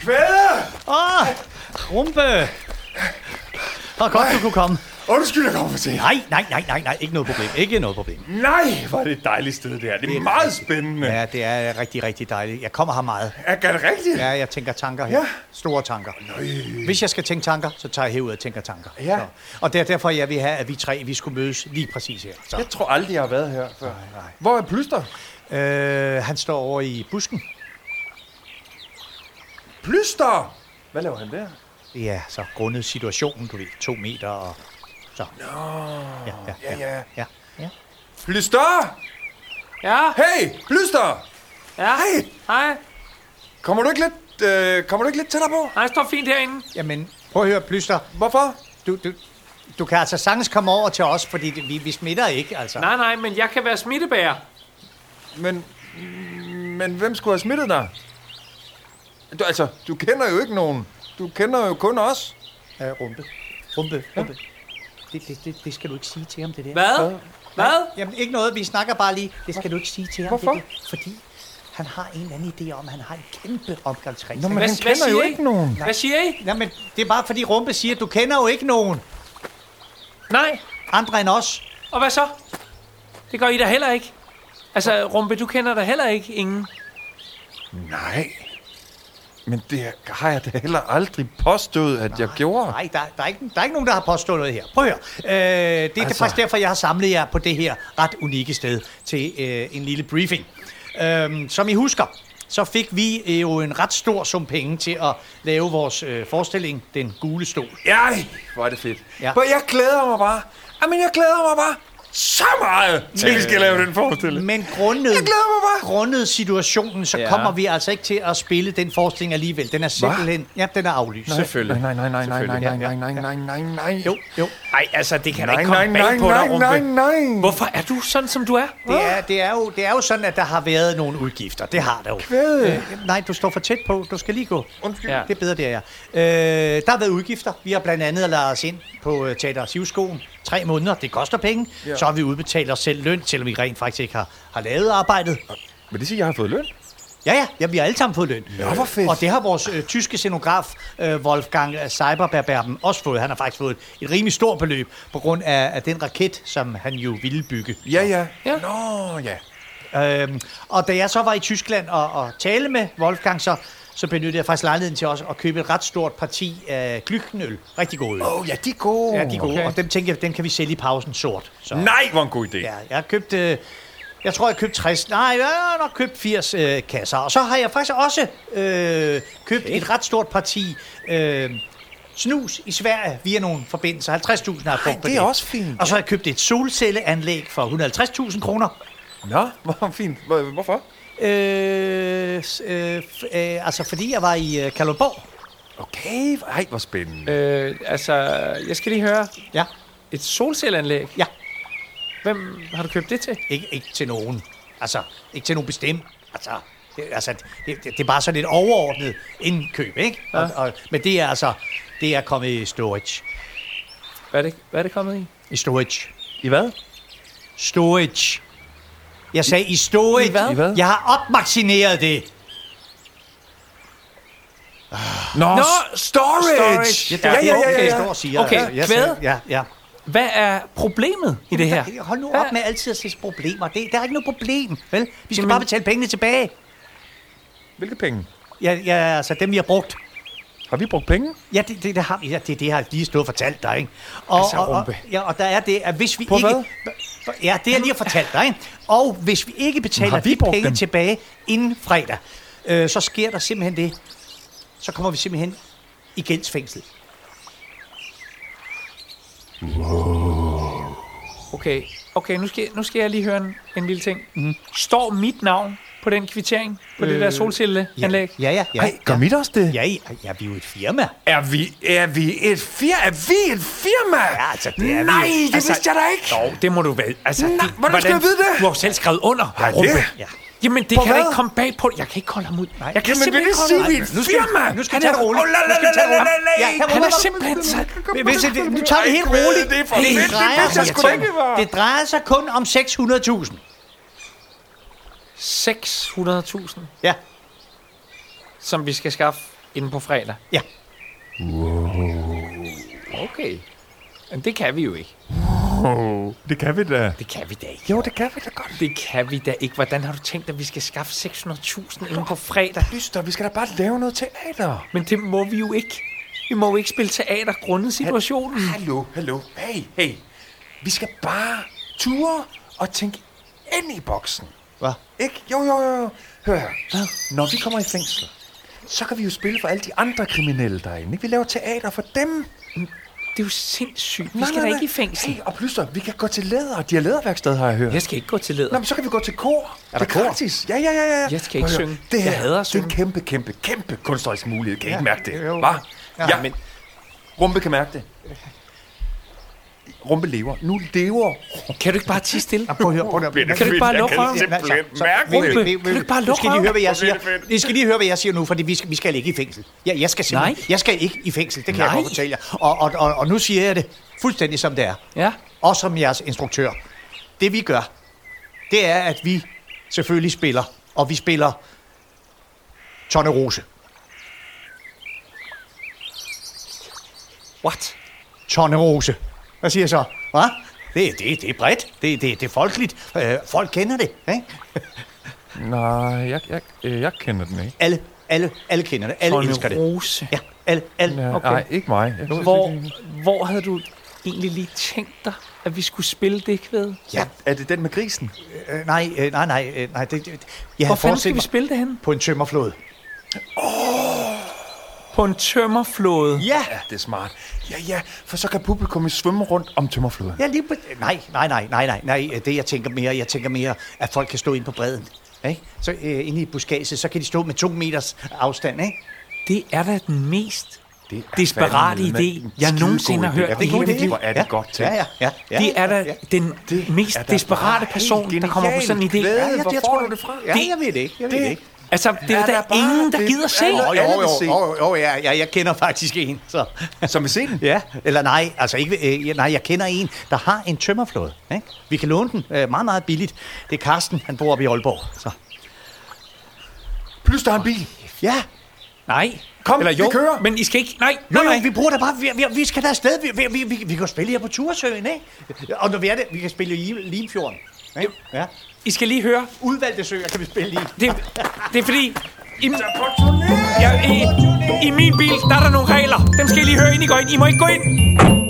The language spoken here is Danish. Kvælder! Ah, rumpe! Og godt, du kunne komme. Undskyld, jeg kommer for sent. Nej, nej, nej, nej, nej, ikke noget problem. Ikke noget problem. Nej, hvor er det et dejligt sted, det her. Det er meget spændende. Ja, det er rigtig, rigtig dejligt. Jeg kommer her meget. Er det rigtigt? Ja, jeg tænker tanker her. Ja. Store tanker. Nøj. Hvis jeg skal tænke tanker, så tager jeg herud og tænker tanker. Ja. Så. Og det er derfor, jeg vil have, at vi tre vi skulle mødes lige præcis her. Så. Jeg tror aldrig, jeg har været her før. nej. Hvor er Plyster? Øh, han står over i busken. Plyster! Hvad laver han der? Ja, så grundet situationen, du ved. To meter og så. Nå, ja, ja, ja. ja. ja. ja. Plyster! Ja, Hey, Plyster! ja. Hej! Hej. Kommer du ikke lidt, øh, kommer du ikke lidt tættere på? Hej, står fint herinde. Jamen, prøv at høre, Plyster. Hvorfor? Du, du, du kan altså sagtens komme over til os, fordi det- vi, vi smitter ikke, altså. Nej, nej, men jeg kan være smittebærer. Men, men hvem skulle have smittet dig? Du, altså, du kender jo ikke nogen. Du kender jo kun os. Øh, rumpe. Rumpe, rumpe. Det, det, det, det skal du ikke sige til ham, det der. Hvad? Hvad? Jamen, ikke noget. Vi snakker bare lige. Det skal du ikke sige til ham. Hvorfor? Det, der. fordi han har en eller anden idé om, at han har en kæmpe omgangskreds. Nå, men Hvad- han hvad kender jo siger I? ikke nogen. Hvad siger I? Nå, men det er bare fordi Rumpe siger, at du kender jo ikke nogen Nej. andre end os. Og hvad så? Det gør I da heller ikke. Altså, Rumpe, du kender da heller ikke ingen. Nej. Men det har jeg da heller aldrig påstået, at jeg gjorde. Nej, der, der, er ikke, der er ikke nogen, der har påstået noget her. Prøv at høre. Øh, det er altså. Altså. faktisk derfor, jeg har samlet jer på det her ret unikke sted til øh, en lille briefing. Øh, som I husker, så fik vi øh, jo en ret stor sum penge til at lave vores øh, forestilling, Den Gule Stol. Ej, hvor er det fedt. Ja. Ja. For jeg glæder mig bare. Jamen, jeg glæder mig bare så meget til, Men- vi skal lave den forestilling. Men grundet, Jeg glæder mig bare. grundet situationen, så ja. Ja. kommer vi altså ikke til at spille den forestilling alligevel. Den er simpelthen... Ja, den er aflyst. Selvfølgelig. Nej, nej, nej, nej, nej, nej, Selvfølgelig. nej, nej, nej, nej, nej. Jo, jo. Nej, altså, det kan da Nej, ikke komme nej, nej, bag på dig, nej, nej, Rumpe. nej. Hvorfor er du sådan, som du er? Det er, det, er jo, det er jo sådan, at der har været nogle udgifter. Det har der jo. Kvæde. Øh, nej, du står for tæt på. Du skal lige gå. Undskyld. Ja. Det er bedre, det er jeg. Øh, der har været udgifter. Vi har blandt andet lavet os ind på øh, Teater Sivskoen. Tre måneder. Det koster penge. Ja. Ja. Så har vi udbetalt os selv løn, selvom vi rent faktisk ikke har, har lavet arbejdet. Men det siger, jeg har fået løn? Ja, ja, ja, vi har alle sammen fået løn. Nå, hvor fedt. Og det har vores øh, tyske scenograf, øh, Wolfgang Cyberberberben, også fået. Han har faktisk fået et, et rimelig stort beløb, på grund af, af den raket, som han jo ville bygge. Ja, ja. Ja. Nå, ja. Øhm, og da jeg så var i Tyskland og, og tale med Wolfgang, så, så benyttede jeg faktisk lejligheden til også at købe et ret stort parti af glykkenøl. Rigtig gode øl. Åh, oh, ja, de er gode. Ja, de er gode, okay. og dem tænkte jeg, dem kan vi sælge i pausen sort. Så. Nej, hvor en god idé. Ja, jeg har købt... Øh, jeg tror, jeg købte 60... Nej, jeg har nok købt 80 øh, kasser. Og så har jeg faktisk også øh, købt okay. et ret stort parti øh, snus i Sverige via nogle forbindelser. 50.000 har jeg brugt på det. det er også fint. Og så har jeg købt et solcelleanlæg for 150.000 kroner. Nå, hvor fint. Hvor- Hvorfor? Øh, s- øh, f- øh, altså, fordi jeg var i øh, Kalundborg. Okay, ej, hvor spændende. Øh, altså, jeg skal lige høre. Ja, Et solcelleanlæg? ja. Hvem har du købt det til? Ikke, ikke til nogen. Altså, ikke til nogen bestemt. Altså, det, altså, det, det det er bare sådan et overordnet indkøb, ikke? Ja. Og, og, men det er altså, det er kommet i storage. Hvad er det, hvad er det kommet i? I storage. I hvad? Storage. Jeg sagde i storage. I hvad? I hvad? Jeg har opmagasineret det. Nå, Nå, storage. storage. Ja, ja, ja, ja, ja. Jeg står og siger. Okay, altså, jeg sagde- kvæde. Ja, ja. Hvad er problemet i det her? Hold nu Hvad- op med altid at se problemer. Det, der er ikke noget problem, vel? Vi skal Jamen- bare betale pengene tilbage. Hvilke penge? Ja, ja, altså dem, vi har brugt. Har vi brugt penge? Ja, det, det, det, har, vi. ja, det, det har jeg lige stået og fortalt dig, ikke? Og, Altså, og, og, Rumpe. ja, og der er det, at hvis vi På ikke... hvad? Ja, det har jeg lige fortalt dig, ikke? Og hvis vi ikke betaler har vi de brugt penge dem? tilbage inden fredag, øh, så sker der simpelthen det. Så kommer vi simpelthen i gældsfængsel. Okay, okay nu, skal, nu skal jeg lige høre en, en lille ting. Mm. Står mit navn på den kvittering på øh, det der solcelleanlæg? Ja, ja, ja. Ej, gør mit også det? Ja, ja, ja, vi er jo et firma. Er vi, er vi et firma? Er vi et firma? Ja, altså, det er vi Nej, jo. det Altså, vidste jeg da ikke. Jo, det må du vel. Altså, Nå, hvordan skal jeg vide det? Du har jo selv skrevet under. Har jeg Rumpe. det? Ja. Jamen, det På kan da hvad? ikke komme bag på. Jeg kan ikke holde ham ud. Jeg kan Jamen, vil simpelthen det ikke holde sige, ham vi er ud. et Nu skal firma? Nu skal Han vi tage er det roligt. rolig. la, la, Nu skal vi tage det la, roligt. la, la, Ja, han la. Han ruller er bare. simpelthen så... Hvis det, nu tager vi det helt Ej, Gud, roligt. det er for det, vildt. Det drejer vidste jeg sgu da ikke, det var. det drejer sig kun om 600.000. 600.000, Ja, som vi skal skaffe inden på fredag. ja. Okay. Men det kan vi jo ikke. Oh, det kan vi da. Det kan vi da ikke. Jo, det kan vi da godt. Det kan vi da ikke. Hvordan har du tænkt, at vi skal skaffe 600.000 inden på fredag? Lyster, vi skal da bare lave noget teater. Men det må vi jo ikke. Vi må jo ikke spille teater grundet situationen. Hallo, hallo. Hey, hey. Vi skal bare ture og tænke ind i boksen. Hvad? Ikke? Jo, jo, jo. jo. Hør her. Når vi kommer i fængsel, så kan vi jo spille for alle de andre kriminelle derinde. Ikke? Vi laver teater for dem. Det er jo sindssygt. Vi skal da ikke i fængsel. Hey, og plyster, vi kan gå til læder. De har læderværksted, har jeg hørt. Jeg skal ikke gå til leder. Nå, men så kan vi gå til kor. Er der det er kor? gratis. Ja, ja, ja, ja. Jeg skal Prøv ikke at synge. høre, Det her, Jeg hader at det er en synge. kæmpe, kæmpe, kæmpe kunstnerisk mulighed. Kan I ikke mærke det? jo. Hva? Ja. Ja, ja, men Rumpe kan mærke det. Rumpe lever. Nu lever. Kan du ikke bare tige stille? Prøv at høre, prøv at høre. Kan du ikke bare lukke røven? Rumpe, Rumpe, kan du ikke bare nu lukke skal de høre, hvad jeg Hvor bliver siger. det fedt. I skal lige høre, hvad jeg siger nu, fordi vi skal, vi skal ikke i fængsel. Jeg, jeg skal simpelthen, Nej. jeg skal ikke i fængsel, det kan Nej. jeg Nej. godt fortælle jer. Og, og, og, og nu siger jeg det fuldstændig som det er. Ja. Og som jeres instruktør. Det vi gør, det er, at vi selvfølgelig spiller, og vi spiller Tonne Rose. What? Tonne Rose. Hvad siger jeg så? Hvad? Det, det, det er bredt. Det, det, det er folkeligt. Øh, folk kender det, ikke? Nej, jeg, jeg, øh, jeg kender den ikke. Alle, alle, alle kender det. Alle Tonne elsker det. Rose. Ja, alle, alle. Ja, Okay. Nej, ikke mig. Jeg synes Hvor, ikke, hvor havde du egentlig lige tænkt dig, at vi skulle spille det kvæde? Ja, det- Er det den med grisen? Øh, nej, øh, nej, nej, øh, nej. Det, det, jeg Hvor havde fanden skal forestillet vi mig spille det henne? på en tømmerflåde. På en tømmerflåde. Ja, Ja, det er smart. Ja, ja, for så kan publikum svømme rundt om tømmerfloden. ja lige på, nej, nej, nej, nej, nej, nej. øh, Det jeg tænker mere, jeg tænker mere, at folk kan stå ind på bredden. Ikke? Så øh, inde i buskaget, så kan de stå med to meters afstand, ikke? Det er da den mest Det er desperate fandme en idé, jeg skidegod nogensinde har idé. hørt Ja, om det i er hele en mit idé. liv. Hvor er det godt Ja, tænkt. ja, ja. ja Det er Ja, da den mest er da desperate bare person, helt der kommer på sådan en genialt. idé. Hvad? ja, jeg, jeg Hvor tror får du du det det fra? fra? Ja, Det- jeg ved det ikke. Jeg ved det ikke. Altså, det er Er der der bare- ingen, der det- gider se. Åh, Jo, alle jo, vil se. jo, jo, jo, ja, ja, jeg kender faktisk en, så... Som vil se den? Ja, eller nej, altså ikke, øh, ja, nej, jeg kender en, der har en tømmerflåde. Ikke? Vi kan låne den øh, meget, meget billigt. Det er Karsten, han bor oppe i Aalborg. Så. Plus der er en bil. Ja, Nej. Kom, Eller vi jo, kører. Men I skal ikke... Nej, jo, nej, jo, nej. vi bruger det bare, vi, vi, vi skal der afsted, vi, vi, vi, vi, vi kan spille her på Turesøen, ikke? Og når vi er det, vi kan spille i Limfjorden. Ikke? Ja. I skal lige høre. Udvalgte søer kan vi spille i. Det, det er fordi... I, ja, i, I min bil, der er der nogle regler. Dem skal I lige høre, inden I går ind. I må ikke gå ind.